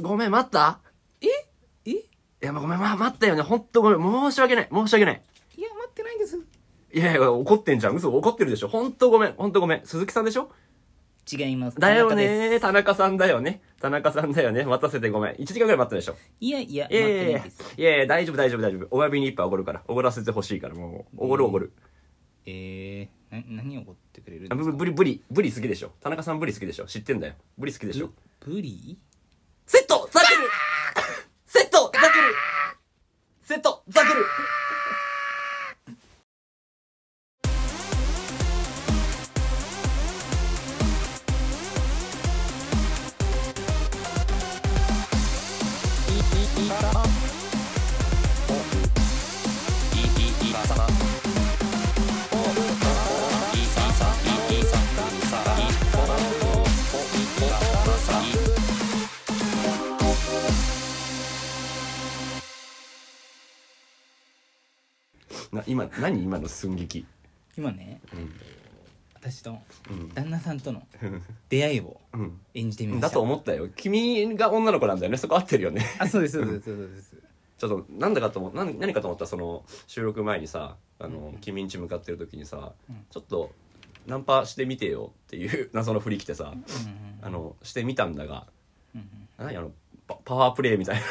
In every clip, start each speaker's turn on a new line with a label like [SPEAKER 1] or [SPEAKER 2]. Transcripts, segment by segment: [SPEAKER 1] ごめん、待った
[SPEAKER 2] えい
[SPEAKER 1] いや、まあごめん、まあ、待ったよね。ほんとごめん。申し訳ない。申し訳ない。
[SPEAKER 2] や待ってないんです
[SPEAKER 1] いやいや、怒ってんじゃん。嘘、怒ってるでしょ。ほんとごめん。ほんとごめん。鈴木さんでしょ
[SPEAKER 2] 違います
[SPEAKER 1] だよ
[SPEAKER 2] 田中
[SPEAKER 1] ね
[SPEAKER 2] で
[SPEAKER 1] ー。田中さんだよね。田中さんだよね。待たせてごめん。1時間ぐらい待ったでしょ。
[SPEAKER 2] すいやいや
[SPEAKER 1] い
[SPEAKER 2] 待
[SPEAKER 1] や
[SPEAKER 2] っ
[SPEAKER 1] いやい
[SPEAKER 2] てない
[SPEAKER 1] や
[SPEAKER 2] です
[SPEAKER 1] いやいや、大丈夫大丈夫大丈夫。お詫びに一杯おごるから。おごらせてほしいから、もう。おごるおごる。
[SPEAKER 2] えー、な何を怒ってくれるん
[SPEAKER 1] あ
[SPEAKER 2] です
[SPEAKER 1] ぶぶ
[SPEAKER 2] か
[SPEAKER 1] ブリ、ブリ、ブリ好きでしょ。田中さんブリ好きでしょ。知ってんだよ。ブリ好きでしょ。
[SPEAKER 2] ブリ
[SPEAKER 1] セットザクルセットザクルセットザクルな今、何今の寸劇。
[SPEAKER 2] 今ね、私と
[SPEAKER 1] うん
[SPEAKER 2] 旦那さん との出会いを
[SPEAKER 1] うん。
[SPEAKER 2] 演じてみました
[SPEAKER 1] だと思ったよ。君が女の子なんだよね。そこ合ってるよね。
[SPEAKER 2] あそうですそうですそうです
[SPEAKER 1] ちょっと、なんだかと思、なん何かと思ったら、その、収録前にさ、あの、君んち向かってる時にさ、ちょっと、ナンパしてみてよっていう 謎の振り来てさ、あの、してみたんだが、
[SPEAKER 2] うん
[SPEAKER 1] 何あの、パパワープレイみたいな。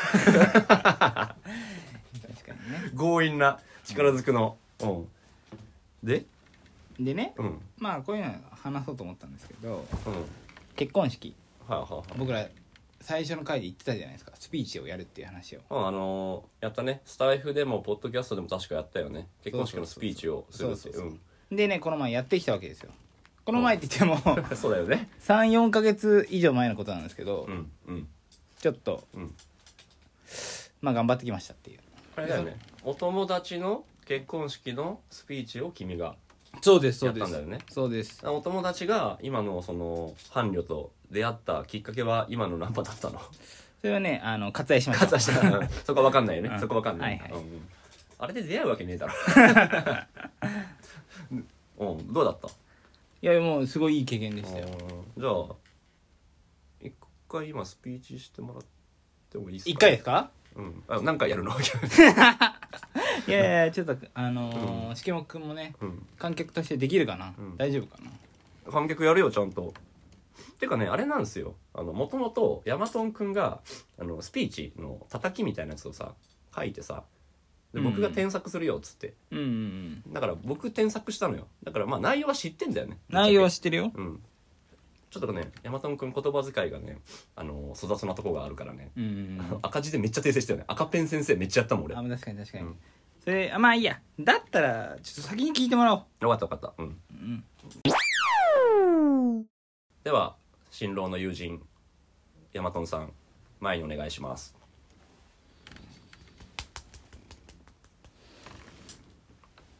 [SPEAKER 2] 確かにね
[SPEAKER 1] 強引な力ずくの。うん。で
[SPEAKER 2] でね
[SPEAKER 1] うん。うん。
[SPEAKER 2] まあこういうの話そうと思ったんですけど
[SPEAKER 1] はい
[SPEAKER 2] 結婚式
[SPEAKER 1] はいはい。
[SPEAKER 2] 僕ら最初の回で言ってたじゃないですかスピーチをやるっていう話を
[SPEAKER 1] うん、あのーやったねスタイフでもポッドキャストでも確かやったよね結婚式のスピーチをするって
[SPEAKER 2] そう
[SPEAKER 1] い
[SPEAKER 2] そう
[SPEAKER 1] う
[SPEAKER 2] そううんでねこの前やってきたわけですよこの前って言っても
[SPEAKER 1] そうだよね
[SPEAKER 2] 34か月以上前のことなんですけど、
[SPEAKER 1] うんうん
[SPEAKER 2] ちょっと
[SPEAKER 1] うん
[SPEAKER 2] まあ頑張ってきましたっていう
[SPEAKER 1] あれだよねお友達の結婚式のスピーチを君が
[SPEAKER 2] そうです
[SPEAKER 1] そうですやったんだよね
[SPEAKER 2] そうです
[SPEAKER 1] あお友達が今のその伴侶と出会ったきっかけは今のナンパだ ったの
[SPEAKER 2] それはねあの割愛しました
[SPEAKER 1] 勝田した そこわかんないよね、
[SPEAKER 2] うん
[SPEAKER 1] そこわかんない、
[SPEAKER 2] はいはい
[SPEAKER 1] うんうんあれで出会うわけねえだ ろうんうんどうだった
[SPEAKER 2] いやもうすごいいい経験でしたよ
[SPEAKER 1] じゃあ一回今スピーチしてもらってもいいですか
[SPEAKER 2] 一回ですか
[SPEAKER 1] うんあ何回やるの
[SPEAKER 2] いやいやちょっとあのーしけもくんもね
[SPEAKER 1] うん
[SPEAKER 2] 観客としてできるかな、
[SPEAKER 1] うん
[SPEAKER 2] 大丈夫かな
[SPEAKER 1] 観客やるよちゃんとてかねあれなんですよあのもともとヤマトンくんがあのスピーチの叩きみたいなやつをさ書いてさで僕が添削するよっつって、
[SPEAKER 2] うんうんうん
[SPEAKER 1] だから僕添削したのよだからまあ内容は知ってんだよね
[SPEAKER 2] 内容は
[SPEAKER 1] 知
[SPEAKER 2] 知ってるよ
[SPEAKER 1] うんちょっとねヤマトンくん言葉遣いがねあの粗雑なとこがあるからね
[SPEAKER 2] うんうんうん
[SPEAKER 1] 赤字でめっちゃ訂正したよね赤ペン先生めっちゃやったもん 俺
[SPEAKER 2] あ確かに確かに、
[SPEAKER 1] うん
[SPEAKER 2] それあまあいいやだったらちょっと先に聞いてもらおう
[SPEAKER 1] よかったよかったうん
[SPEAKER 2] うん
[SPEAKER 1] では新郎の友人ヤマトンさん前にお願いします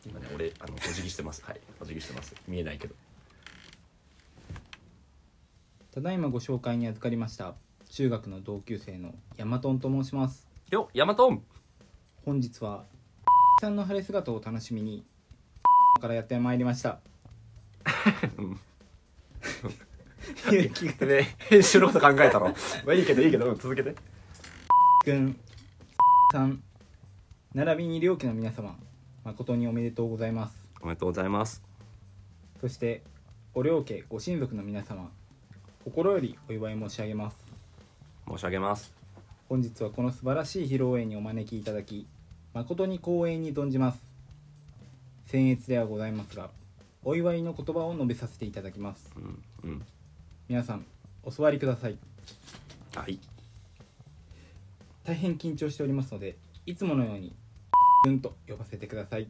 [SPEAKER 1] 今ね俺あのお辞儀してますはいお辞儀してます見えないけど
[SPEAKER 2] ただいまご紹介に預かりました中学の同級生のヤマトンと申します
[SPEAKER 1] よヤマトン
[SPEAKER 2] 本日はさんの晴れ姿を楽しみにからやってまいりました
[SPEAKER 1] うん
[SPEAKER 2] ゆうきく
[SPEAKER 1] ね編集のこと考えたの まあいいけどいいけど、うん続けて
[SPEAKER 2] んさん並びに両家の皆様誠におめでとうございます
[SPEAKER 1] おめでとうございます
[SPEAKER 2] そしてお両家ご親族の皆様心よりお祝い申し上げます
[SPEAKER 1] 申し上げます
[SPEAKER 2] 本日はこの素晴らしい披露宴にお招きいただき誠に光栄に存じます僭越ではございますがお祝いの言葉を述べさせていただきます
[SPEAKER 1] うんうん
[SPEAKER 2] 皆さんお座りください
[SPEAKER 1] はい
[SPEAKER 2] 大変緊張しておりますのでいつものようにうんと呼ばせてください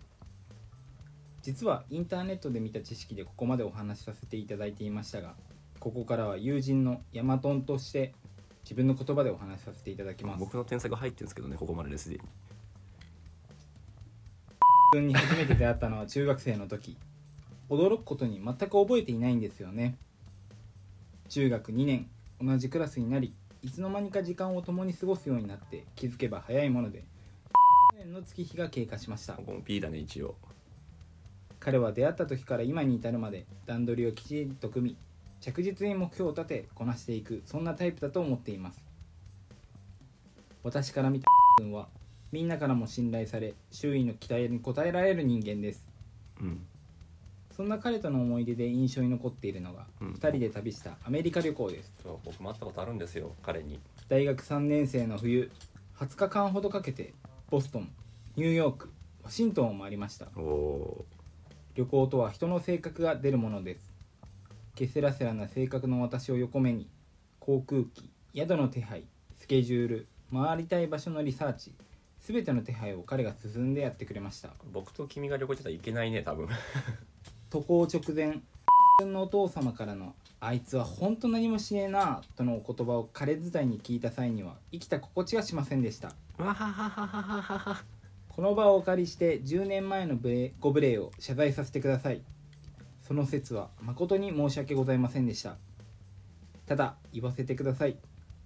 [SPEAKER 2] 実はインターネットで見た知識でここまでお話しさせていただいていましたがここからは友人のヤマトンとして自分の言葉でお話しさせていただきます
[SPEAKER 1] 僕の添削入ってるんですけどねここまでですでに
[SPEAKER 2] 君に初めて出会ったのは中学生の時驚くことに全く覚えていないんですよね中学2年同じクラスになりいつの間にか時間を共に過ごすようになって気づけば早いもので1年の月日が経過しました
[SPEAKER 1] ここも P だね一応
[SPEAKER 2] 彼は出会った時から今に至るまで段取りをきちんと組み着実に目標を立てこなしていくそんなタイプだと思っています私から見た君はみんなからも信頼され周囲の期待に応えられる人間です
[SPEAKER 1] うん
[SPEAKER 2] そんな彼との思い出で印象に残っているのが、
[SPEAKER 1] うん
[SPEAKER 2] 2人で旅したアメリカ旅行です
[SPEAKER 1] そう僕も会ったことあるんですよ彼に
[SPEAKER 2] 大学3年生の冬20日間ほどかけてボストンニューヨークワシントンを回りました
[SPEAKER 1] おお
[SPEAKER 2] 旅行とは人の性格が出るものですゲセラセラな性格の私を横目に航空機宿の手配スケジュール回りたい場所のリサーチ全ての手配を彼が進んでやってくれました
[SPEAKER 1] 僕と君が旅行行ってたらいけないね多分
[SPEAKER 2] 渡航直前君のお父様からの「あいつは本当何もしねえな」とのお言葉を彼伝いに聞いた際には生きた心地がしませんでした
[SPEAKER 1] わはははははは
[SPEAKER 2] この場をお借りして10年前の無礼ご無礼を謝罪させてくださいその説は誠に申し訳ございませんでしたただ言わせてください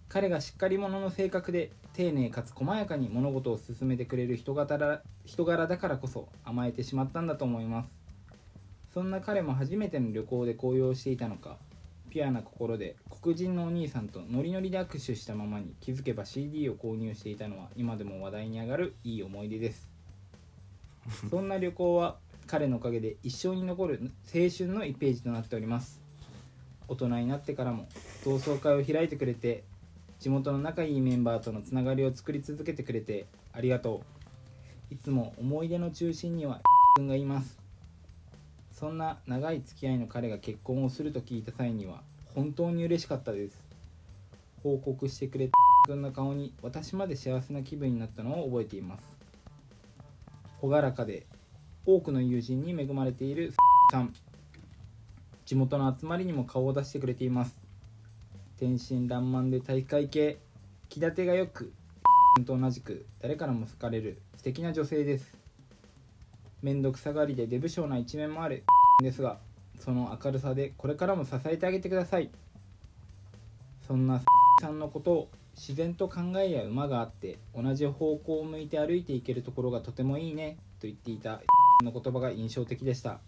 [SPEAKER 2] 彼がしっかり者の性格で丁寧かつ細やかに物事を進めてくれる人柄だ人柄だからこそ甘えてしまったんだと思いますそんな彼も初めての旅行で高揚していたのかピュアな心で黒人のお兄さんとノリノリで握手したままに気づけば CD を購入していたのは今でも話題に上がるいい思い出ですそんな旅行は彼のおかげで一生に残る青春の1ページとなっております大人になってからも同窓会を開いてくれて地元の仲いいメンバーとのつながりを作り続けてくれてありがとういつも思い出の中心には 君がいますそんな長い付き合いの彼が結婚をすると聞いた際には本当に嬉しかったです報告してくれた君の顔に私まで幸せな気分になったのを覚えています朗らかで多くの友人に恵まれているさん地元の集まりにも顔を出してくれています天真爛漫で体育会系気立てがよく君と同じく誰からも好かれる素敵な女性です面倒くさがりでデブ症な一面もあるですがその明るさでこれからも支えてあげてくださいそんなさんのことを自然と考えや馬があって同じ方向を向いて歩いていけるところがとてもいいねと言っていたの言葉が印象的でした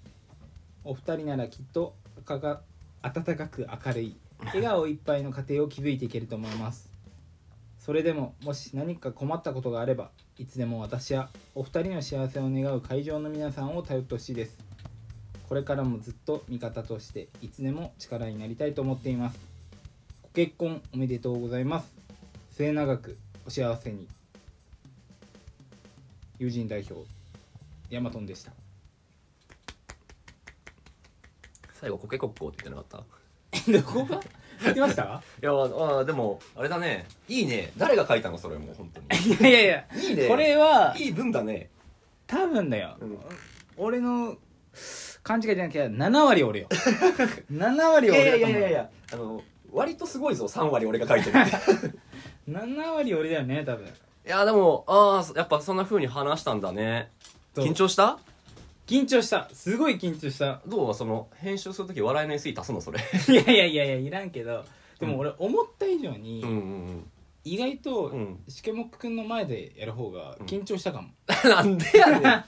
[SPEAKER 2] お二人ならきっと赤が温かく明るい笑顔いっぱいの家庭を築いていけると思いますそれでももし何か困ったことがあればいつでも私やお二人の幸せを願う会場の皆さんを頼ってほしいですこれからもずっと味方としていつでも力になりたいと思っていますご結婚おめでとうございます末永くお幸せに友人代表ヤマトンでした
[SPEAKER 1] 最後コケコッコーって言ってなかった
[SPEAKER 2] どこが言ってました
[SPEAKER 1] いやああでもあれだねいいね誰が書いたのそれもう本当に
[SPEAKER 2] いやいやいや
[SPEAKER 1] いいね
[SPEAKER 2] これはい
[SPEAKER 1] い文だね
[SPEAKER 2] 多分だよ、
[SPEAKER 1] うん
[SPEAKER 2] 俺の勘違いじゃなきゃ7割 俺よ7割
[SPEAKER 1] いやいや
[SPEAKER 2] 俺だ
[SPEAKER 1] いやい
[SPEAKER 2] と思
[SPEAKER 1] や
[SPEAKER 2] う
[SPEAKER 1] いやあの割とすごいぞ3割俺が書いて るって
[SPEAKER 2] 7割俺だよね多分
[SPEAKER 1] いやでもああやっぱそんな風に話したんだね
[SPEAKER 2] そう
[SPEAKER 1] 緊張した
[SPEAKER 2] 緊張したすごい緊 張した
[SPEAKER 1] どうその編集するとき笑いの SE 足すのそれ
[SPEAKER 2] いやいやいやいやいらんけどでも俺思った以上に、
[SPEAKER 1] うんうん
[SPEAKER 2] 意外と、
[SPEAKER 1] うんうん
[SPEAKER 2] しけもっくくんの前でやる方が緊張したかも、
[SPEAKER 1] なんでやねん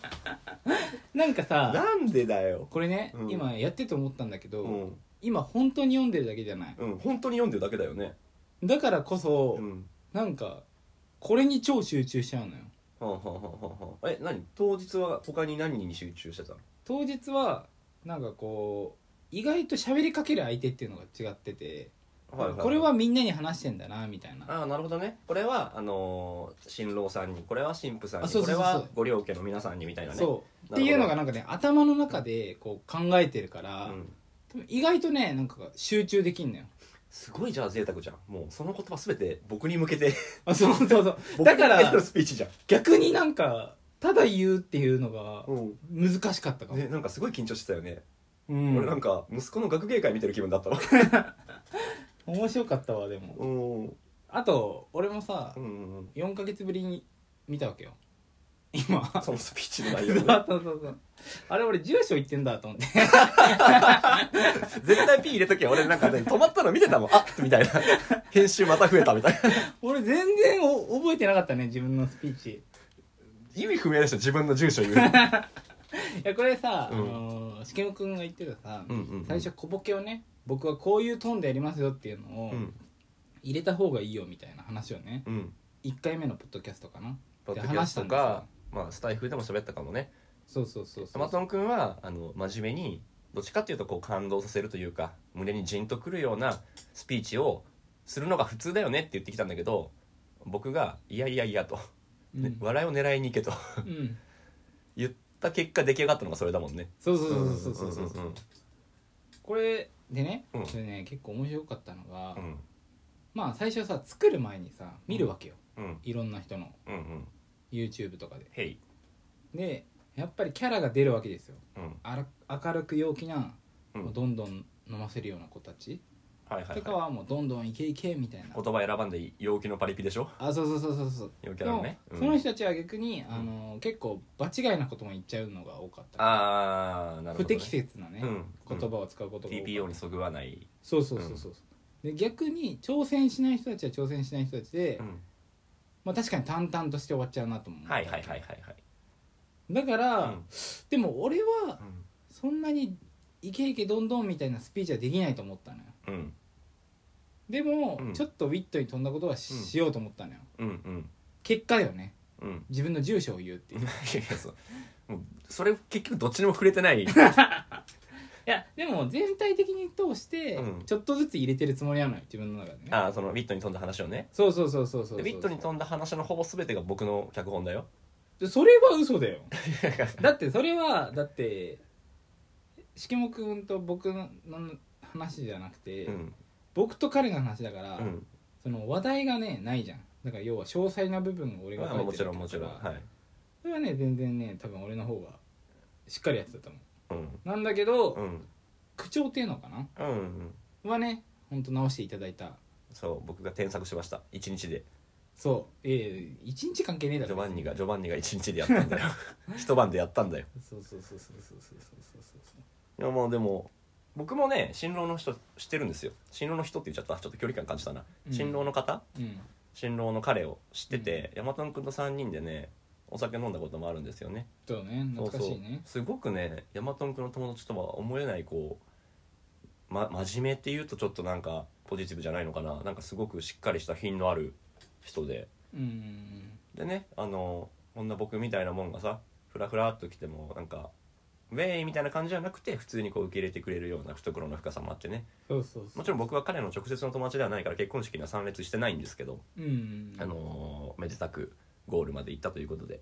[SPEAKER 2] なんかさ
[SPEAKER 1] なんでだよ
[SPEAKER 2] これね、
[SPEAKER 1] うん
[SPEAKER 2] 今やってて思ったんだけど、
[SPEAKER 1] うん
[SPEAKER 2] 今本当に読んでるだけじゃない
[SPEAKER 1] うん本当に読んでるだけだよね
[SPEAKER 2] だからこそ、
[SPEAKER 1] うん
[SPEAKER 2] なんかこれに超集中しちゃうのよ
[SPEAKER 1] はあはあはあはあえ何当日は他に何に集中してたの
[SPEAKER 2] 当日はなんかこう意外と喋りかける相手っていうのが違ってて、これはみんなに話してんだなみたいな
[SPEAKER 1] ああなるほどねこれはあのー新郎さんにこれは新婦さん
[SPEAKER 2] あ
[SPEAKER 1] に
[SPEAKER 2] そう
[SPEAKER 1] こ
[SPEAKER 2] そう
[SPEAKER 1] れ
[SPEAKER 2] そうそう
[SPEAKER 1] はご両家の皆さんにみたいなね
[SPEAKER 2] そう
[SPEAKER 1] な
[SPEAKER 2] っ
[SPEAKER 1] るほど
[SPEAKER 2] ていうのがなんかね頭の中でこう考えてるから、
[SPEAKER 1] ん、
[SPEAKER 2] 多分意外とねなんか集中で きんのよ
[SPEAKER 1] すごいじゃあ贅沢じゃんもうその言葉全て僕に向 けて
[SPEAKER 2] あそうそうそう
[SPEAKER 1] 僕
[SPEAKER 2] だ
[SPEAKER 1] に
[SPEAKER 2] から
[SPEAKER 1] 向けてのスピーチじゃん
[SPEAKER 2] 逆になんかただ言うっていうのが
[SPEAKER 1] う
[SPEAKER 2] 難しかったかも、
[SPEAKER 1] ね、なんかすごい緊張してたよね、
[SPEAKER 2] うん
[SPEAKER 1] 俺なんか息子の学芸会見てる気分だったわ
[SPEAKER 2] 面白かったわでも
[SPEAKER 1] うんうん
[SPEAKER 2] あと俺もさ
[SPEAKER 1] うん
[SPEAKER 2] 4ヶ月ぶりに見たわけよ今
[SPEAKER 1] そのスピーチの内
[SPEAKER 2] そ
[SPEAKER 1] 容ね
[SPEAKER 2] うそうそうそうあれ俺住所言ってんだと思っ て
[SPEAKER 1] 絶対 P 入れときゃ俺なんかね止まったの見てたもんあっみたいな編集また増えたみたいな
[SPEAKER 2] 俺全然お覚えてなかったね自分のスピーチ
[SPEAKER 1] 意味不明でしょ自分の住所言 う
[SPEAKER 2] いやこれさ、
[SPEAKER 1] うん
[SPEAKER 2] あのーしけむくんが言ってたさ、
[SPEAKER 1] うんうんうん
[SPEAKER 2] 最初小ボケをね僕はこういうトーンでやりますよっていうのを
[SPEAKER 1] うん
[SPEAKER 2] 入れた方がいいよみたいな話をね
[SPEAKER 1] うん
[SPEAKER 2] 1回目のポッドキャストかな
[SPEAKER 1] ポッドキャスト
[SPEAKER 2] で話した
[SPEAKER 1] か
[SPEAKER 2] んで
[SPEAKER 1] まあスタイフでも喋ったかもね
[SPEAKER 2] そうそうそうそ
[SPEAKER 1] マ
[SPEAKER 2] う
[SPEAKER 1] トン君はあの真面目にどっちかっていうとこう感動させるというか胸にジンとくるようなスピーチをするのが普通だよねって言ってきたんだけど僕が「いやいやいや」と、
[SPEAKER 2] うん
[SPEAKER 1] ね 笑いを狙いに行け」と
[SPEAKER 2] うん
[SPEAKER 1] 言った結果出来上がったのがそれだもんね。
[SPEAKER 2] そうそうそうそうそう
[SPEAKER 1] う
[SPEAKER 2] そうん
[SPEAKER 1] うん
[SPEAKER 2] これでね
[SPEAKER 1] うん
[SPEAKER 2] それね結構面白かったのが
[SPEAKER 1] うんうん
[SPEAKER 2] まあ最初さ作る前にさ見るわけよ
[SPEAKER 1] うん
[SPEAKER 2] いろんな人の
[SPEAKER 1] うんうん。
[SPEAKER 2] YouTube とかで
[SPEAKER 1] へい。
[SPEAKER 2] でやっぱりキャラが出るわけですよ
[SPEAKER 1] うん。
[SPEAKER 2] あら明るく陽気な
[SPEAKER 1] うん
[SPEAKER 2] もうどんどん飲ませるような子たち
[SPEAKER 1] はいはい、
[SPEAKER 2] とか
[SPEAKER 1] は。
[SPEAKER 2] はもうどんどんいけいけみたいない
[SPEAKER 1] 言葉選ばんでいい陽気のパリピでしょ
[SPEAKER 2] あそうそうそうそうそう
[SPEAKER 1] 陽気
[SPEAKER 2] で
[SPEAKER 1] ある
[SPEAKER 2] も
[SPEAKER 1] ね。うん
[SPEAKER 2] その人たちは逆にあの結構場違いなことも言っちゃうのが多かった
[SPEAKER 1] ああなるほど、ね。
[SPEAKER 2] 不適切なね
[SPEAKER 1] うん
[SPEAKER 2] 言葉を使うことが多かった
[SPEAKER 1] TPO にそぐわない。
[SPEAKER 2] そうそうそうそうで逆に挑戦しない人たちは挑戦しない人たちで
[SPEAKER 1] うん。
[SPEAKER 2] まあ確かに淡々として終わっちゃうなと思う
[SPEAKER 1] はいはいはいはい
[SPEAKER 2] だか
[SPEAKER 1] はい。
[SPEAKER 2] ら
[SPEAKER 1] うん
[SPEAKER 2] でも俺は
[SPEAKER 1] うん
[SPEAKER 2] そんなにイケイケどんどんみたいなスピーチはできないと思ったのよ
[SPEAKER 1] うん
[SPEAKER 2] でも、
[SPEAKER 1] うん
[SPEAKER 2] ちょっとウィットに飛んだことはし,、
[SPEAKER 1] うん
[SPEAKER 2] ようと思ったのよ
[SPEAKER 1] うんうん
[SPEAKER 2] 結果よね
[SPEAKER 1] うん。
[SPEAKER 2] 自分の住所を言うってい
[SPEAKER 1] いうやいやそうもうそれ結局どっちにも触れてない
[SPEAKER 2] いやでも全体的に通して
[SPEAKER 1] うん
[SPEAKER 2] ちょっとずつ入れてるつもりなのよ自分の中でね
[SPEAKER 1] ああそのウィットに飛んだ話をね
[SPEAKER 2] そうそうそうそうそう
[SPEAKER 1] でウィットに飛んだ話のほぼ全てが僕の脚本だよ
[SPEAKER 2] でそれは 嘘だよだってそれはだってしきもくんと僕の話じゃなくて、
[SPEAKER 1] うん
[SPEAKER 2] 僕と彼の話だから、
[SPEAKER 1] うん
[SPEAKER 2] その話題がねないじゃんだから要は詳細な部分を俺が
[SPEAKER 1] まあ
[SPEAKER 2] 書いてる
[SPEAKER 1] もちろんもちろん
[SPEAKER 2] から
[SPEAKER 1] はい
[SPEAKER 2] それはね全然ね多分俺の方がしっかりやってたと思
[SPEAKER 1] うん
[SPEAKER 2] うなんだけど、
[SPEAKER 1] うん
[SPEAKER 2] 口調っていうのかな
[SPEAKER 1] うんうん
[SPEAKER 2] はねほんと直していただいた
[SPEAKER 1] そう僕が添削しました一日で
[SPEAKER 2] そうええ一日関係ねえだ
[SPEAKER 1] ジョ
[SPEAKER 2] ろ
[SPEAKER 1] バンニがジョバンニが一日でやったん だよ一晩でやったんだよ
[SPEAKER 2] そうそうそうそうそうそうそうそうそう
[SPEAKER 1] いやまあでも僕もね新郎の人知ってるんですよ新郎の人って言っちゃったちょっと距離感感じたな、
[SPEAKER 2] うん
[SPEAKER 1] 新郎の方
[SPEAKER 2] うん
[SPEAKER 1] 新郎の彼を知ってて、ヤマトン君と3人でねお酒飲んだこともあるんですよね
[SPEAKER 2] そうね懐かしいね
[SPEAKER 1] すごくねヤマトン君の友達とは思えないこう、ま、真面目っていうとちょっとなんかポジティブじゃないのかななんかすごくしっかりした品のある人で
[SPEAKER 2] うんうん
[SPEAKER 1] でねあのこんな僕みたいなもんがさフラフラっと来てもなんかウェイみたいな感じじゃなくて普通にこう受け入れてくれるような懐の深さもあってね
[SPEAKER 2] そうそうそ
[SPEAKER 1] も
[SPEAKER 2] う
[SPEAKER 1] ちろん僕は彼の直接の友達ではないから結婚式には参列してないんですけど、
[SPEAKER 2] うんうんうん
[SPEAKER 1] あのーめでたくゴールまで行ったということで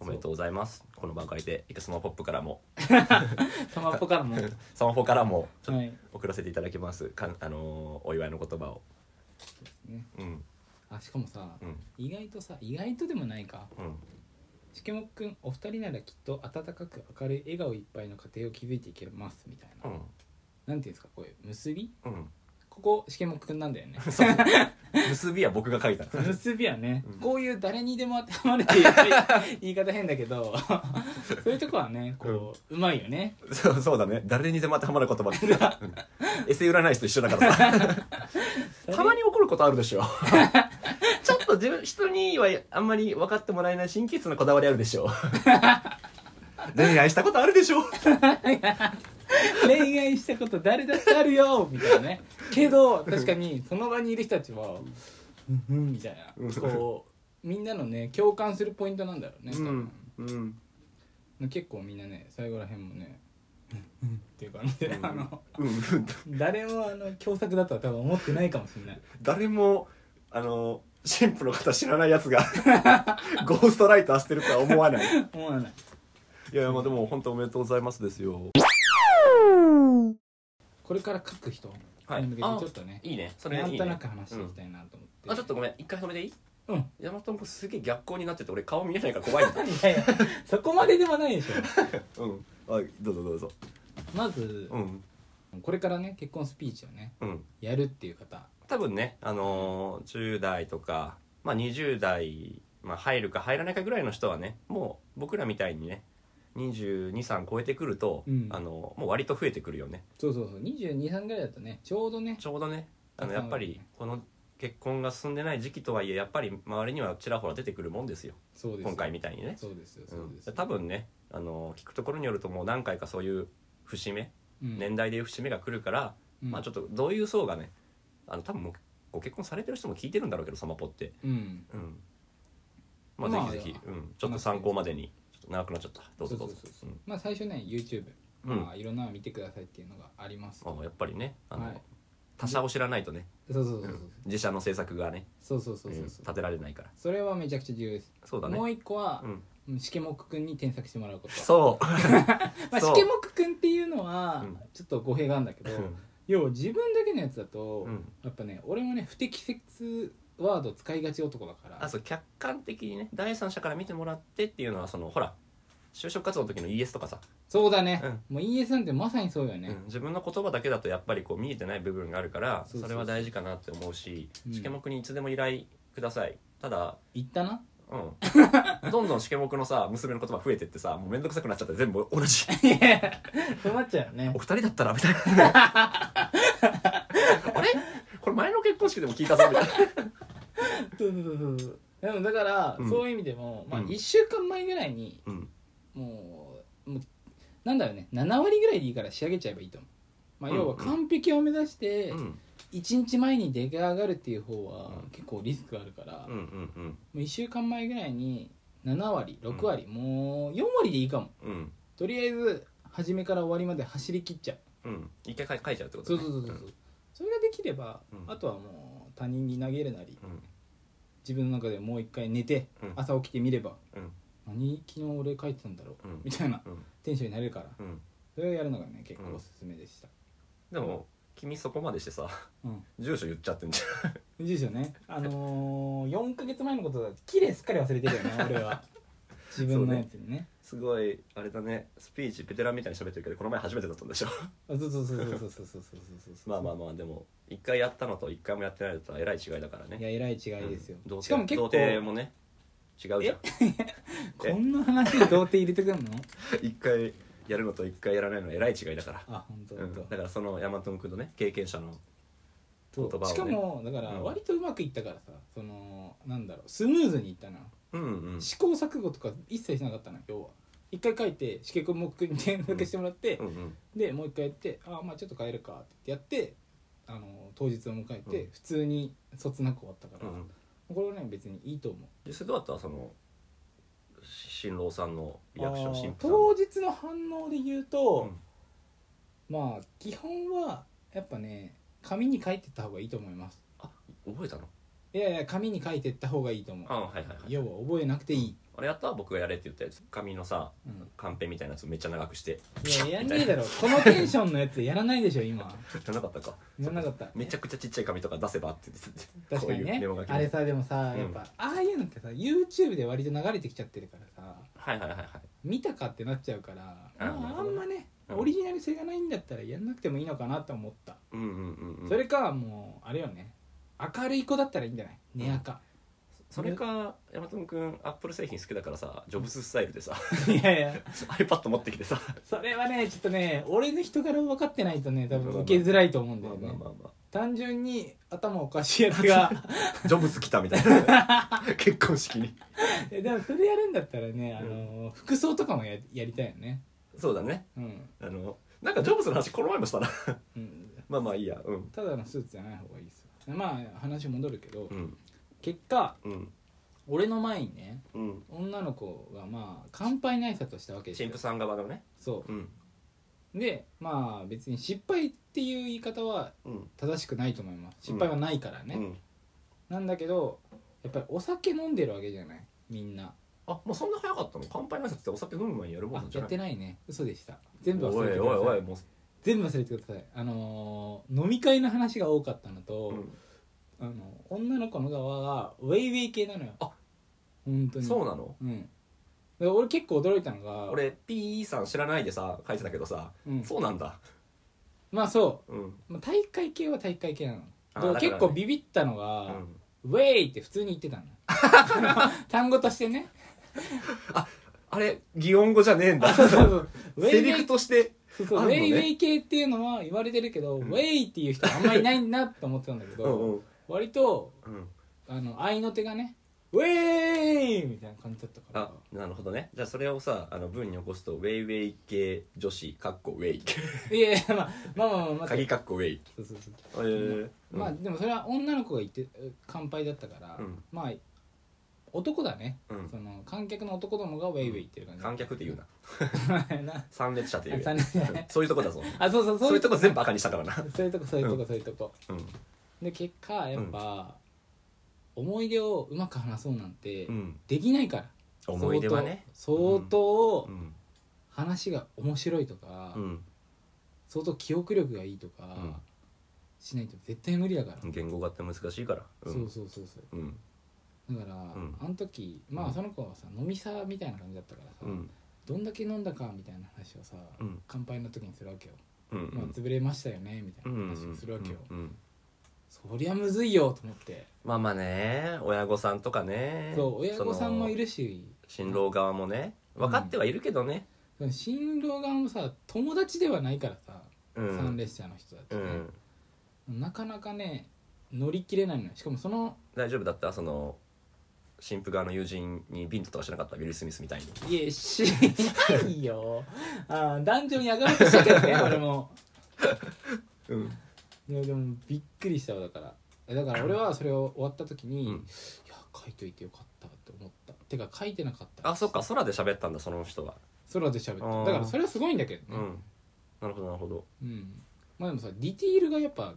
[SPEAKER 1] おめでとうございますこの番組でいくスマポップからも
[SPEAKER 2] たまっぽからもは
[SPEAKER 1] サマホからもちょっと
[SPEAKER 2] い
[SPEAKER 1] 送らせていただきます、かんあのーお祝いの言葉を
[SPEAKER 2] ね
[SPEAKER 1] うん
[SPEAKER 2] あしかもさ
[SPEAKER 1] うん
[SPEAKER 2] 意外とさ意外とでもないか
[SPEAKER 1] うん
[SPEAKER 2] しけもっくんお二人ならきっと温かく明るい笑顔いっぱいの家庭を築いていけますみたいな、
[SPEAKER 1] うん
[SPEAKER 2] なんていうんですかこういう結び
[SPEAKER 1] うん
[SPEAKER 2] ここしけもっくんなんだよね
[SPEAKER 1] 結びは僕が書いた
[SPEAKER 2] 結びはね、
[SPEAKER 1] うん
[SPEAKER 2] こういう誰にでも当てはまるっていう言い方変だけ どそういうとこはねこう、うまいよね
[SPEAKER 1] そうそうだね誰にでも当てはまる言葉ってうんエセ占い師と一緒だからさ たまに怒ることあるでしょ ちょっと自分人にはあんまり分かってもらえない神経質なこだわりあるでし ょ恋愛したことあるでしょ
[SPEAKER 2] 恋愛したこと誰だってあるよみたいなねけど確かにその場にいる人たちはうんうんみたいな
[SPEAKER 1] うん
[SPEAKER 2] こうみんなのね共感するポイントなんだろうね、
[SPEAKER 1] うんうん
[SPEAKER 2] 結構みんなね最後らへんもねうんうんっていう感じで、あの
[SPEAKER 1] うんうん
[SPEAKER 2] 誰もあの共作だとは多分思ってないかもしれない
[SPEAKER 1] 誰もあの神父の方知らないやつ がゴーストライターしてるとは思わないい
[SPEAKER 2] 思わない
[SPEAKER 1] やまあでも本当おめでとうございますですよ
[SPEAKER 2] これから書く人
[SPEAKER 1] はい
[SPEAKER 2] に向けてちょっとね
[SPEAKER 1] いいねそれ
[SPEAKER 2] ないん
[SPEAKER 1] い
[SPEAKER 2] と
[SPEAKER 1] ね
[SPEAKER 2] なく話していきたいなと思って、
[SPEAKER 1] あちょっとごめん一回止めていい
[SPEAKER 2] うん
[SPEAKER 1] ヤマトン君すげえ逆光になってて俺顔見えないから怖いん だ
[SPEAKER 2] いやいや そこまででもないでし ょ
[SPEAKER 1] うんあどうぞどうぞ
[SPEAKER 2] まず、
[SPEAKER 1] うん
[SPEAKER 2] これからね結婚スピーチをね
[SPEAKER 1] うん
[SPEAKER 2] やるっていう方
[SPEAKER 1] 多分ねあのー、10代とか、まあ、20代、まあ、入るか入らないかぐらいの人はねもう僕らみたいにね223超えてくると、
[SPEAKER 2] うん
[SPEAKER 1] あのもう割と増えてくるよね
[SPEAKER 2] そうそうそう223ぐらいだとねちょうどね
[SPEAKER 1] ちょうどねあの
[SPEAKER 2] たくさんある
[SPEAKER 1] やっぱりこの結婚が進んでない時期とはいえやっぱり周りにはちらほら出てくるもんですよ
[SPEAKER 2] そうですよ
[SPEAKER 1] 今回みたいにね
[SPEAKER 2] そうですよ
[SPEAKER 1] う
[SPEAKER 2] そうんですよ、
[SPEAKER 1] 多分ねあの聞くところによるともう何回かそういう節目、
[SPEAKER 2] うん
[SPEAKER 1] 年代でいう節目が来るから、まあちょ
[SPEAKER 2] っ
[SPEAKER 1] っとどういう層がねあの多分もう構結婚されてる人も聞いてるんだろうけどサマポって
[SPEAKER 2] うん
[SPEAKER 1] うんまあぜ
[SPEAKER 2] まあ
[SPEAKER 1] ひぜひ、うん、ちょっと参考までにちょっと長くなっちゃったどうぞどうぞ
[SPEAKER 2] そうそうそうそうまあ最初ね YouTube
[SPEAKER 1] うん
[SPEAKER 2] まあいろんなの見てくださいっていうのがあります
[SPEAKER 1] うんあやっぱりねあの、
[SPEAKER 2] はい
[SPEAKER 1] 他社を知らないとね
[SPEAKER 2] そうそうそう
[SPEAKER 1] うん自社の制作がね
[SPEAKER 2] そうそうそうそう
[SPEAKER 1] うん
[SPEAKER 2] そうそう
[SPEAKER 1] 立てられないから
[SPEAKER 2] それはめちゃくちゃ重要です
[SPEAKER 1] そうだね
[SPEAKER 2] もう一個は
[SPEAKER 1] うん
[SPEAKER 2] うんしけもくくんに添削してもらうこと
[SPEAKER 1] そう
[SPEAKER 2] まあ
[SPEAKER 1] そう
[SPEAKER 2] しけもくくんっていうのは
[SPEAKER 1] うん
[SPEAKER 2] ちょっと語弊があるん だけど要は自分だけのやつだと
[SPEAKER 1] うん
[SPEAKER 2] やっぱね俺もね不適切ワード使いがち男だから
[SPEAKER 1] あそう客観的にね第三者から見てもらってっていうのはそのほら就職活動の時の ES とかさ、
[SPEAKER 2] そうだね
[SPEAKER 1] うん
[SPEAKER 2] もう ES なんてまさにそうよね
[SPEAKER 1] うん自分の言葉だけだとやっぱりこう見えてない部分があるから
[SPEAKER 2] そうそうそう
[SPEAKER 1] それは大事かなって思うし
[SPEAKER 2] うん
[SPEAKER 1] 試験目にいつでも依頼くださいただ
[SPEAKER 2] 言ったな
[SPEAKER 1] うん どんどん試験目のさ娘の言葉増えてってさもう面倒くさくなっちゃって全部同 じ
[SPEAKER 2] そうなっちゃうよね
[SPEAKER 1] お二人だったらみたいなあれこれ前の結婚式でも聞いたぞみたいな
[SPEAKER 2] そうそうそうそうでもだから、
[SPEAKER 1] うん
[SPEAKER 2] そういう意味でも、まあ、
[SPEAKER 1] うん
[SPEAKER 2] 1週間前ぐらいに
[SPEAKER 1] うん
[SPEAKER 2] もうもうなんだろうね7割ぐらいでいいから仕上げちゃえばいいと思う、まあ、
[SPEAKER 1] うん
[SPEAKER 2] 要は完璧を目指して
[SPEAKER 1] うん
[SPEAKER 2] 1日前に出来上がるっていう方は
[SPEAKER 1] うん
[SPEAKER 2] 結構リスクあるから、
[SPEAKER 1] うん
[SPEAKER 2] も
[SPEAKER 1] うん
[SPEAKER 2] う1週間前ぐらいに7割6割、もう4割でいいかも
[SPEAKER 1] うんうん
[SPEAKER 2] とりあえず初めから終わりまで走り切っちゃう
[SPEAKER 1] うん一回書いちゃうってこと
[SPEAKER 2] そう
[SPEAKER 1] ね
[SPEAKER 2] そうそうそうそうそれができれば、
[SPEAKER 1] うん
[SPEAKER 2] あとはもう他人に投げるなり
[SPEAKER 1] うんうん
[SPEAKER 2] 自分の中でもう一回寝て
[SPEAKER 1] うん
[SPEAKER 2] 朝起きてみれば、
[SPEAKER 1] うん
[SPEAKER 2] 何昨日俺書いてたんだろう、
[SPEAKER 1] うん
[SPEAKER 2] みたいな
[SPEAKER 1] うん
[SPEAKER 2] テンションになれるから
[SPEAKER 1] うん
[SPEAKER 2] それをやるのがね結構おすすめでした、
[SPEAKER 1] でも君そこまでしてさ
[SPEAKER 2] うん
[SPEAKER 1] 住所言っちゃってんじ
[SPEAKER 2] いいですよねあのー、4か月前のことだと綺麗すっかり忘れてるよね 俺は自分のやつにね
[SPEAKER 1] ゃんすごいあれだねスピーチベテランみたいに喋ってるけどこの前初めてだったんでしょ
[SPEAKER 2] あそうそうそうそうそうそうそうそうそうそう
[SPEAKER 1] まあまあまあでも一回やったのと一回もやってないのとはえらい違いだから
[SPEAKER 2] い
[SPEAKER 1] ね
[SPEAKER 2] やえらい違いですよ、
[SPEAKER 1] うん
[SPEAKER 2] しかも結構
[SPEAKER 1] 童貞もね違うじゃん
[SPEAKER 2] こんな話に童貞入れてくんの
[SPEAKER 1] 一回やるのと一回やらないのはえらい違いだから、
[SPEAKER 2] あ本当
[SPEAKER 1] う
[SPEAKER 2] 本
[SPEAKER 1] ん、
[SPEAKER 2] 当、
[SPEAKER 1] だからそのヤマトン君のね経験者の
[SPEAKER 2] そう
[SPEAKER 1] 言葉をね
[SPEAKER 2] しかもだから
[SPEAKER 1] うん
[SPEAKER 2] 割とうまくいったからさ、そのなんだろうスムーズにいったな
[SPEAKER 1] うんうん
[SPEAKER 2] 試行錯誤とか一切しなかったな要は一回書いて試験項目に添削してもらって、
[SPEAKER 1] うんうん
[SPEAKER 2] でもう一回やってああまあちょっと変えるかってやってあの当日を迎えて、
[SPEAKER 1] うん
[SPEAKER 2] 普通にそつなく終わったか
[SPEAKER 1] う
[SPEAKER 2] ら、
[SPEAKER 1] んうん
[SPEAKER 2] これはね別にいいと思う
[SPEAKER 1] 実際どうだったその新郎さんのリアクション
[SPEAKER 2] あ
[SPEAKER 1] 新
[SPEAKER 2] ー
[SPEAKER 1] 婦さんの
[SPEAKER 2] 当日の反応で言うと、まあ基本はやっぱね紙に書いてった方がいいと思います
[SPEAKER 1] うん覚えたの
[SPEAKER 2] いやいや紙に書いてった方がいいと思う
[SPEAKER 1] あはいはいはい
[SPEAKER 2] 要は覚えなくていい、
[SPEAKER 1] あれやった僕がやれって言ったやつ紙のさ
[SPEAKER 2] うん
[SPEAKER 1] カンペみたいなやつめっちゃ長くして
[SPEAKER 2] いややんねえ だろこのテンションのやつやらないでしょ今
[SPEAKER 1] じゃなかったか
[SPEAKER 2] やんなかった
[SPEAKER 1] めちゃくちゃちっちゃい紙とか出せばって言って
[SPEAKER 2] 確か
[SPEAKER 1] こ
[SPEAKER 2] に
[SPEAKER 1] ういう
[SPEAKER 2] ね
[SPEAKER 1] メモ書きね
[SPEAKER 2] あれさでもさ、
[SPEAKER 1] うん
[SPEAKER 2] やっぱああいうのってさ YouTube で割と流れてきちゃってるからさ
[SPEAKER 1] はいはいはいはい
[SPEAKER 2] 見たかってなっちゃうから
[SPEAKER 1] あなる
[SPEAKER 2] まあ、あ
[SPEAKER 1] ほど
[SPEAKER 2] ん
[SPEAKER 1] ね
[SPEAKER 2] まね、
[SPEAKER 1] うん
[SPEAKER 2] オリジナル性がないんだったらやんなくてもいいのかなと思った、
[SPEAKER 1] うんうんうんうん
[SPEAKER 2] それかもうあれよね明るい子だったらいいんじゃない寝垢、
[SPEAKER 1] それか山友君アップル製品好きだからさジョブススタイルでさ
[SPEAKER 2] いやいや
[SPEAKER 1] iPad 持ってきてさ
[SPEAKER 2] それはねちょっとね俺の人柄を分かってないとね多分受けづらいと思うんだ
[SPEAKER 1] ま
[SPEAKER 2] よ
[SPEAKER 1] あ
[SPEAKER 2] ね、
[SPEAKER 1] まあまあま
[SPEAKER 2] 単純に頭おかしいやつが
[SPEAKER 1] あジョブス来たみたいな 結婚式に
[SPEAKER 2] えでもそれやるんだったらね、あの服装とかもややりたいよね
[SPEAKER 1] そうだね
[SPEAKER 2] うん、
[SPEAKER 1] あのなんかジョブスの話この前もしたな
[SPEAKER 2] うん、
[SPEAKER 1] まあまあいいやうん
[SPEAKER 2] ただのスーツじゃない方がいいですよまあ話戻るけど、
[SPEAKER 1] うん
[SPEAKER 2] 結果
[SPEAKER 1] うん
[SPEAKER 2] 俺の前にね
[SPEAKER 1] うん
[SPEAKER 2] 女の子がまあ乾杯の挨拶をしたわけです
[SPEAKER 1] 新
[SPEAKER 2] よ
[SPEAKER 1] 婦さん側のね
[SPEAKER 2] そ
[SPEAKER 1] うん
[SPEAKER 2] うでまあ別に失敗っていう言い方は
[SPEAKER 1] うん
[SPEAKER 2] 正しくないと思います失敗はないから
[SPEAKER 1] う
[SPEAKER 2] ね、
[SPEAKER 1] ん
[SPEAKER 2] なんだけどやっぱりお酒飲んでるわけじゃないみんな
[SPEAKER 1] あもうそんな早かったの乾杯の挨拶ってお酒飲む前にやるもん
[SPEAKER 2] あ
[SPEAKER 1] なんじ
[SPEAKER 2] や
[SPEAKER 1] ゃな
[SPEAKER 2] っ
[SPEAKER 1] い
[SPEAKER 2] てないね嘘でした全部忘
[SPEAKER 1] お
[SPEAKER 2] れ
[SPEAKER 1] い
[SPEAKER 2] てください
[SPEAKER 1] おいおいもう
[SPEAKER 2] 全部忘れてくださいあのー飲み会の話が多かったのと、
[SPEAKER 1] うん
[SPEAKER 2] あの女の子の側がウェイウェイ系なのよ
[SPEAKER 1] あ
[SPEAKER 2] 本当に
[SPEAKER 1] そうなの
[SPEAKER 2] うんで俺結構驚いたのが
[SPEAKER 1] 俺 P さん知らないでさ書いてたけどさ
[SPEAKER 2] うん、
[SPEAKER 1] そうなんだ
[SPEAKER 2] まあそ
[SPEAKER 1] うん
[SPEAKER 2] うまあ大会系は大会系なの
[SPEAKER 1] あー
[SPEAKER 2] でも
[SPEAKER 1] だからね
[SPEAKER 2] 結構ビビったの
[SPEAKER 1] う
[SPEAKER 2] が、
[SPEAKER 1] ん
[SPEAKER 2] ウェイって普通に言 ってたのあの単語としてね
[SPEAKER 1] あれ擬音語じゃねえんだ
[SPEAKER 2] そうそうウェ
[SPEAKER 1] セ
[SPEAKER 2] イ
[SPEAKER 1] リ
[SPEAKER 2] ウェ
[SPEAKER 1] フ
[SPEAKER 2] イ
[SPEAKER 1] として
[SPEAKER 2] そうそう
[SPEAKER 1] あ
[SPEAKER 2] ウ
[SPEAKER 1] るの
[SPEAKER 2] ェ
[SPEAKER 1] ね
[SPEAKER 2] イウェイ系っていうのは言われてるけど、
[SPEAKER 1] ん
[SPEAKER 2] ウェイっていう人あんまりいないなと思ってたんだけ
[SPEAKER 1] うん
[SPEAKER 2] ど
[SPEAKER 1] うん
[SPEAKER 2] 割と
[SPEAKER 1] うん
[SPEAKER 2] あの愛の手がねウェーイェイみたいな感じだったから
[SPEAKER 1] あなるほどねじゃあそれをさあの文に起こすとウェイウェイ系女子かっこウェイ
[SPEAKER 2] いやいや、まあ、まあまあまあまあ
[SPEAKER 1] 鍵かっこウェイ
[SPEAKER 2] そうそうそう
[SPEAKER 1] えーうん
[SPEAKER 2] まあでもそれは女の子が言って乾杯だったから、
[SPEAKER 1] うん
[SPEAKER 2] まあ男だね、
[SPEAKER 1] うん
[SPEAKER 2] その観客の男どもがウェイウェイっていう感じ、
[SPEAKER 1] 観客って言うな
[SPEAKER 2] な
[SPEAKER 1] 参列者って言う
[SPEAKER 2] あ
[SPEAKER 1] や
[SPEAKER 2] 残念
[SPEAKER 1] そういうとこだぞ
[SPEAKER 2] あそうそう
[SPEAKER 1] そういうとこ全部
[SPEAKER 2] バ
[SPEAKER 1] バカにしたからな
[SPEAKER 2] そういうとこそういうとこそういうとこ、
[SPEAKER 1] うん
[SPEAKER 2] で結果やっぱ、思い出をうまく話そうなんて
[SPEAKER 1] うん
[SPEAKER 2] できないから、
[SPEAKER 1] 思い出はね
[SPEAKER 2] 相当相当
[SPEAKER 1] うん
[SPEAKER 2] 話が面白いとか、
[SPEAKER 1] うん
[SPEAKER 2] 相当記憶力がいいとか、
[SPEAKER 1] ん
[SPEAKER 2] しないと絶対無理だから、
[SPEAKER 1] 言語化って難しいからうん
[SPEAKER 2] そうそうそうそう
[SPEAKER 1] うん
[SPEAKER 2] だから、
[SPEAKER 1] ん
[SPEAKER 2] あの時ま
[SPEAKER 1] う
[SPEAKER 2] あ
[SPEAKER 1] ん
[SPEAKER 2] その子はさ飲みさみたいな感じだったからさ、
[SPEAKER 1] うん
[SPEAKER 2] どんだけ飲んだかみたいな話をさ、
[SPEAKER 1] うん
[SPEAKER 2] 乾杯の時にするわけよ、
[SPEAKER 1] うん
[SPEAKER 2] まあ潰れましたよねみたい
[SPEAKER 1] うんう
[SPEAKER 2] なん話をするわけよ、
[SPEAKER 1] うんうん
[SPEAKER 2] そりゃむずいよと思って、
[SPEAKER 1] まあまあね親御さんとかね
[SPEAKER 2] そう親御さんもい
[SPEAKER 1] る
[SPEAKER 2] るし
[SPEAKER 1] 新郎側もね分かってはいるけどね
[SPEAKER 2] 新郎側もさ友達ではないからさ、
[SPEAKER 1] うん
[SPEAKER 2] 参列者の人たち
[SPEAKER 1] う
[SPEAKER 2] ね、
[SPEAKER 1] ん
[SPEAKER 2] なかなかね乗り切れないのよしかもその
[SPEAKER 1] 大丈夫だったその新婦側の友人にビントとかしなかったウィル・スミスみたいに
[SPEAKER 2] い えしないよあー壇上に上がろうとしたけどね俺も
[SPEAKER 1] うん
[SPEAKER 2] いやでもびっくりしたわだからえだから俺はそれを終わった時に、
[SPEAKER 1] うん
[SPEAKER 2] いや書いといてよかったって思ったてか書いてなかった
[SPEAKER 1] あそっか空で喋ったんだその人は
[SPEAKER 2] 空で喋
[SPEAKER 1] あー
[SPEAKER 2] ってだからそれはすごいんだけど
[SPEAKER 1] う
[SPEAKER 2] ね
[SPEAKER 1] んなるほどなるほど
[SPEAKER 2] うん、まあでもさディティールがやっぱ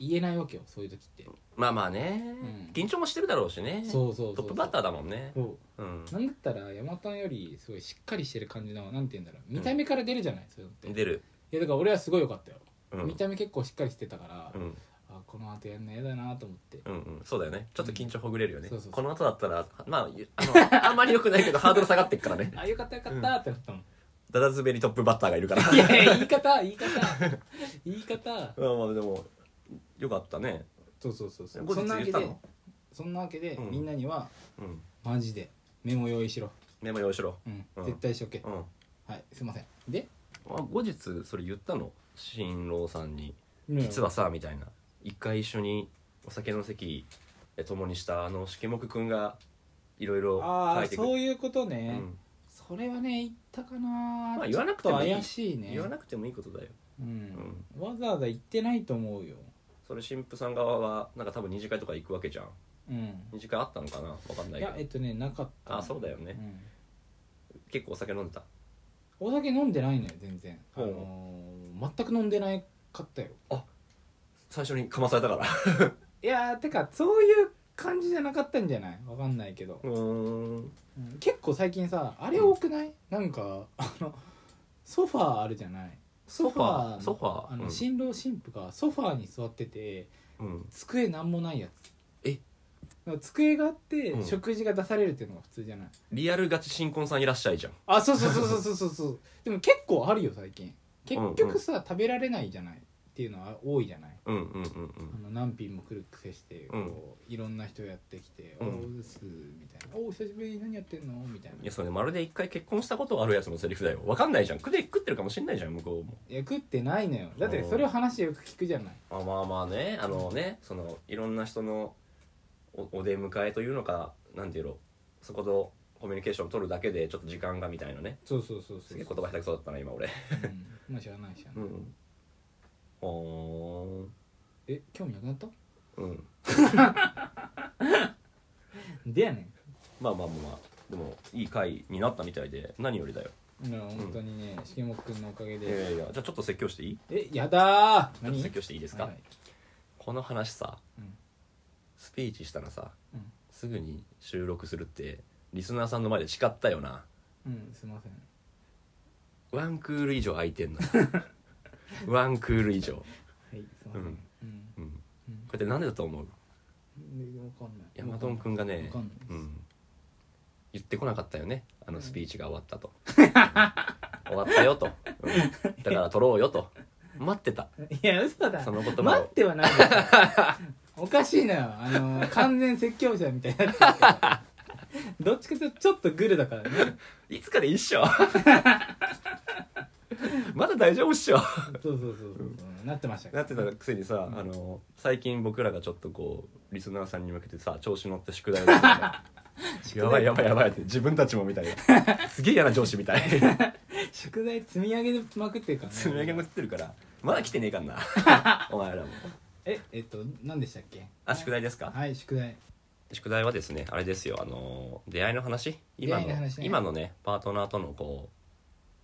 [SPEAKER 2] 言えないわけよそういう時って、
[SPEAKER 1] まあまあね
[SPEAKER 2] うん
[SPEAKER 1] 緊張もしてるだろうしね
[SPEAKER 2] そうそうそう
[SPEAKER 1] トップバッター
[SPEAKER 2] だ
[SPEAKER 1] だもんね
[SPEAKER 2] そう
[SPEAKER 1] うん
[SPEAKER 2] なんだったらヤマタンよりすごいしっかりしてる感じのなんて言うんだろう見た目から出るじゃない、そういうのって
[SPEAKER 1] 出る
[SPEAKER 2] いやだから俺はすごい良かったよ、
[SPEAKER 1] うん
[SPEAKER 2] 見た目結構しっかりしてたから、
[SPEAKER 1] うん
[SPEAKER 2] あこの後やんの嫌だなと思って
[SPEAKER 1] うんうんそうだよねちょっと緊張ほぐれるよね
[SPEAKER 2] そうそうそう
[SPEAKER 1] この後だったらまあゆあのあんまり良くないけどハードル下がってっからね
[SPEAKER 2] あよかったよかったってなったもん、
[SPEAKER 1] ダダ滑りトップバッターがいるから
[SPEAKER 2] いやいや言い方言い方言い 方
[SPEAKER 1] まあまあでもよかったね
[SPEAKER 2] そうそうそうそう
[SPEAKER 1] 後
[SPEAKER 2] そ
[SPEAKER 1] 日
[SPEAKER 2] んなわ
[SPEAKER 1] 言っ
[SPEAKER 2] け
[SPEAKER 1] た
[SPEAKER 2] で
[SPEAKER 1] の
[SPEAKER 2] そんなわけで、
[SPEAKER 1] うん
[SPEAKER 2] みんなには
[SPEAKER 1] うん
[SPEAKER 2] マジでメモ用意しろ、
[SPEAKER 1] メモ用意しろ
[SPEAKER 2] うん
[SPEAKER 1] うん
[SPEAKER 2] 絶対しとけ、
[SPEAKER 1] うん
[SPEAKER 2] はいすいませんで
[SPEAKER 1] あ後日それ言ったの新郎さんに「実
[SPEAKER 2] は
[SPEAKER 1] はさ」みたいな一回一緒にお酒の席え共にしたあのしけもくくんがいろいろ
[SPEAKER 2] あ
[SPEAKER 1] 書
[SPEAKER 2] あ
[SPEAKER 1] いてく
[SPEAKER 2] そういうこと
[SPEAKER 1] う
[SPEAKER 2] ね、
[SPEAKER 1] ん
[SPEAKER 2] それはね言ったかな、
[SPEAKER 1] まあ言わなくてもいい
[SPEAKER 2] ちょっと怪しいね
[SPEAKER 1] 言わなくてもいいことだよ
[SPEAKER 2] うんわざわざ言ってないと思うよ
[SPEAKER 1] それ新婦さん側はなんか多分二次会とか行くわけじゃん
[SPEAKER 2] うん
[SPEAKER 1] 二次会あったのかなわかんないいけ
[SPEAKER 2] や
[SPEAKER 1] ど
[SPEAKER 2] えっとねなかった
[SPEAKER 1] あそうだよね
[SPEAKER 2] うん
[SPEAKER 1] 結構お酒飲んでた
[SPEAKER 2] お酒飲んでないのよ全然、あ
[SPEAKER 1] ほう
[SPEAKER 2] のー全く飲んでないかったよ
[SPEAKER 1] 最初にかまされたか ら
[SPEAKER 2] いやーてかそういう感じじゃなかったんじゃないわかんないけど
[SPEAKER 1] う、ーん
[SPEAKER 2] うん結構最近さあれ多くない、なんかあのソファーあるじゃない
[SPEAKER 1] ソファー
[SPEAKER 2] ソ
[SPEAKER 1] ソ
[SPEAKER 2] フ
[SPEAKER 1] フ
[SPEAKER 2] ァ
[SPEAKER 1] ァ
[SPEAKER 2] ーあの
[SPEAKER 1] うん
[SPEAKER 2] 新郎新婦がソファーに座ってて
[SPEAKER 1] うん
[SPEAKER 2] 机なんもないやつ
[SPEAKER 1] え
[SPEAKER 2] だから机があって、
[SPEAKER 1] うん
[SPEAKER 2] 食事が出されるっていうのが普通じゃない
[SPEAKER 1] リアルガチ新婚さんいらっしゃいじゃん
[SPEAKER 2] あそうそうそうそうそうそうそうでも結構あるよ最近結局さ、食べられないじゃないっていうのは多いじゃない
[SPEAKER 1] うんうんうんうん
[SPEAKER 2] あの何品も来る癖して
[SPEAKER 1] うん
[SPEAKER 2] こう、いろんな人やってきて「
[SPEAKER 1] うん
[SPEAKER 2] おうです」みたいな「おう久しぶり何やってんの?」みたいない
[SPEAKER 1] やそれまるで一回結婚したことあるやつのセリフだよわかんないじゃん食で食ってるかもしんないじゃん向こうも
[SPEAKER 2] いや食ってないのよだってそれを話でよく聞くじゃない
[SPEAKER 1] まあまあまあねあのねそのいろんな人のおお出迎えというのかなんていうのそことコミュニケーション取るだけでちょっと時間がみたいなね
[SPEAKER 2] そうそうそうそ
[SPEAKER 1] す
[SPEAKER 2] う
[SPEAKER 1] げえ言葉下手くそだったな今俺
[SPEAKER 2] うんまあ知らない知らない
[SPEAKER 1] んほ
[SPEAKER 2] え興味なくなった
[SPEAKER 1] ーんうん
[SPEAKER 2] でやね
[SPEAKER 1] まあまあまあまあでもいい回になったみたいで何よりだよ
[SPEAKER 2] んだから本当にねしげもくんのおかげ
[SPEAKER 1] いやいや
[SPEAKER 2] で
[SPEAKER 1] いやじゃあちょっと説教していい
[SPEAKER 2] えやだ
[SPEAKER 1] ちょ
[SPEAKER 2] ー
[SPEAKER 1] っと
[SPEAKER 2] 何
[SPEAKER 1] 説教していいですか、
[SPEAKER 2] はいはい
[SPEAKER 1] この話さ
[SPEAKER 2] うん
[SPEAKER 1] スピーチしたらさ
[SPEAKER 2] うん
[SPEAKER 1] すぐに収録するってリスナーさんの前で誓ったよな
[SPEAKER 2] うんすいません
[SPEAKER 1] ワンクール以上空いてんのワンクール以上、
[SPEAKER 2] はいすいません
[SPEAKER 1] うん
[SPEAKER 2] うん
[SPEAKER 1] うん、こ
[SPEAKER 2] うん
[SPEAKER 1] れってなんでだと思う
[SPEAKER 2] でわかんない
[SPEAKER 1] ヤマトン君がね
[SPEAKER 2] わかんない、
[SPEAKER 1] う
[SPEAKER 2] です
[SPEAKER 1] ん、言ってこなかったよねあのスピーチが終わったと、終わったよと、うんだから撮ろうよと待ってた
[SPEAKER 2] いや嘘だ
[SPEAKER 1] その言葉を
[SPEAKER 2] 待ってはないですよおかしいなよあの完全説教者みたいになってる けどどっちかというとちょっとグルだからね
[SPEAKER 1] いつかでいいっしょ まだ大丈夫っしょ
[SPEAKER 2] そうそうそうそう、なってましたけど
[SPEAKER 1] なってたくせにさ、あの最近僕らがちょっとこうリスナーさんに向けてさ調子乗って宿題を出してさ やばいやばいやばいって自分たちもみたい なすげえ嫌な上司み たい
[SPEAKER 2] 宿題積み上げまくってるからね
[SPEAKER 1] 積み上げまくってるからまだ来てねえか んなお前らも
[SPEAKER 2] ええっと何でしたっけ
[SPEAKER 1] あ宿題ですか、
[SPEAKER 2] はい宿題
[SPEAKER 1] 宿題はですねあれですよあのー出会いの話今の
[SPEAKER 2] 出会いの話ね
[SPEAKER 1] 今のねパートナーとのこ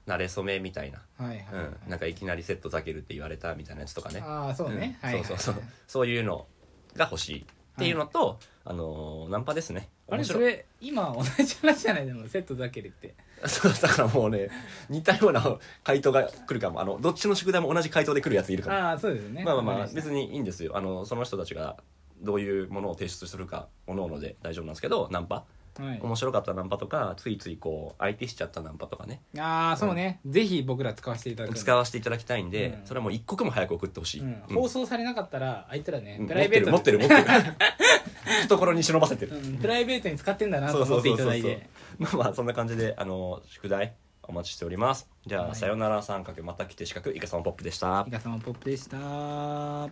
[SPEAKER 1] う慣れ初めみたいな、
[SPEAKER 2] はいはい、はい
[SPEAKER 1] うん、なんかいきなりセット避けるって言われたみたいなやつとかね
[SPEAKER 2] ああそうね、
[SPEAKER 1] うん
[SPEAKER 2] はいはい
[SPEAKER 1] そうそうそうそういうのが欲しいっていうのと、あのーナンパですね
[SPEAKER 2] あれ
[SPEAKER 1] 面
[SPEAKER 2] そ
[SPEAKER 1] 白い
[SPEAKER 2] れ今同じ話じゃないでもセットだけでって
[SPEAKER 1] そうだからもうね似たような回答が来るかもあのどっちの宿題も同じ回答で来るやついるから
[SPEAKER 2] ああそうですね
[SPEAKER 1] まあまあまあ
[SPEAKER 2] わかりした
[SPEAKER 1] 別にいいんですよあのその人たちがどういうものを提出するかおのので大丈夫なんですけどナンパ
[SPEAKER 2] はい、
[SPEAKER 1] 面白かったナンパとかついついこう相手しちゃったナンパとかね
[SPEAKER 2] ああそうね、ぜひ僕ら使わせていただくんで
[SPEAKER 1] 使わせていただきたいんで、
[SPEAKER 2] うん
[SPEAKER 1] それはもう一刻も早く送ってほしい、
[SPEAKER 2] うん
[SPEAKER 1] うん
[SPEAKER 2] 放送されなかったらあいつらね、
[SPEAKER 1] うん
[SPEAKER 2] プ
[SPEAKER 1] 持
[SPEAKER 2] ラ
[SPEAKER 1] っ
[SPEAKER 2] イベ
[SPEAKER 1] て
[SPEAKER 2] ート
[SPEAKER 1] る
[SPEAKER 2] に
[SPEAKER 1] 持ってる持ってる 懐に忍ばせてる、
[SPEAKER 2] うんプライベートに使ってんだな
[SPEAKER 1] そ
[SPEAKER 2] と
[SPEAKER 1] うそ
[SPEAKER 2] 思
[SPEAKER 1] うそ
[SPEAKER 2] っていうた
[SPEAKER 1] そう
[SPEAKER 2] だいて
[SPEAKER 1] ま あまあそんな感じであの宿題お待ちしておりますじゃあ、
[SPEAKER 2] はい
[SPEAKER 1] さよなら三角また来て四角イカさんポップでした
[SPEAKER 2] イカ様ポップでした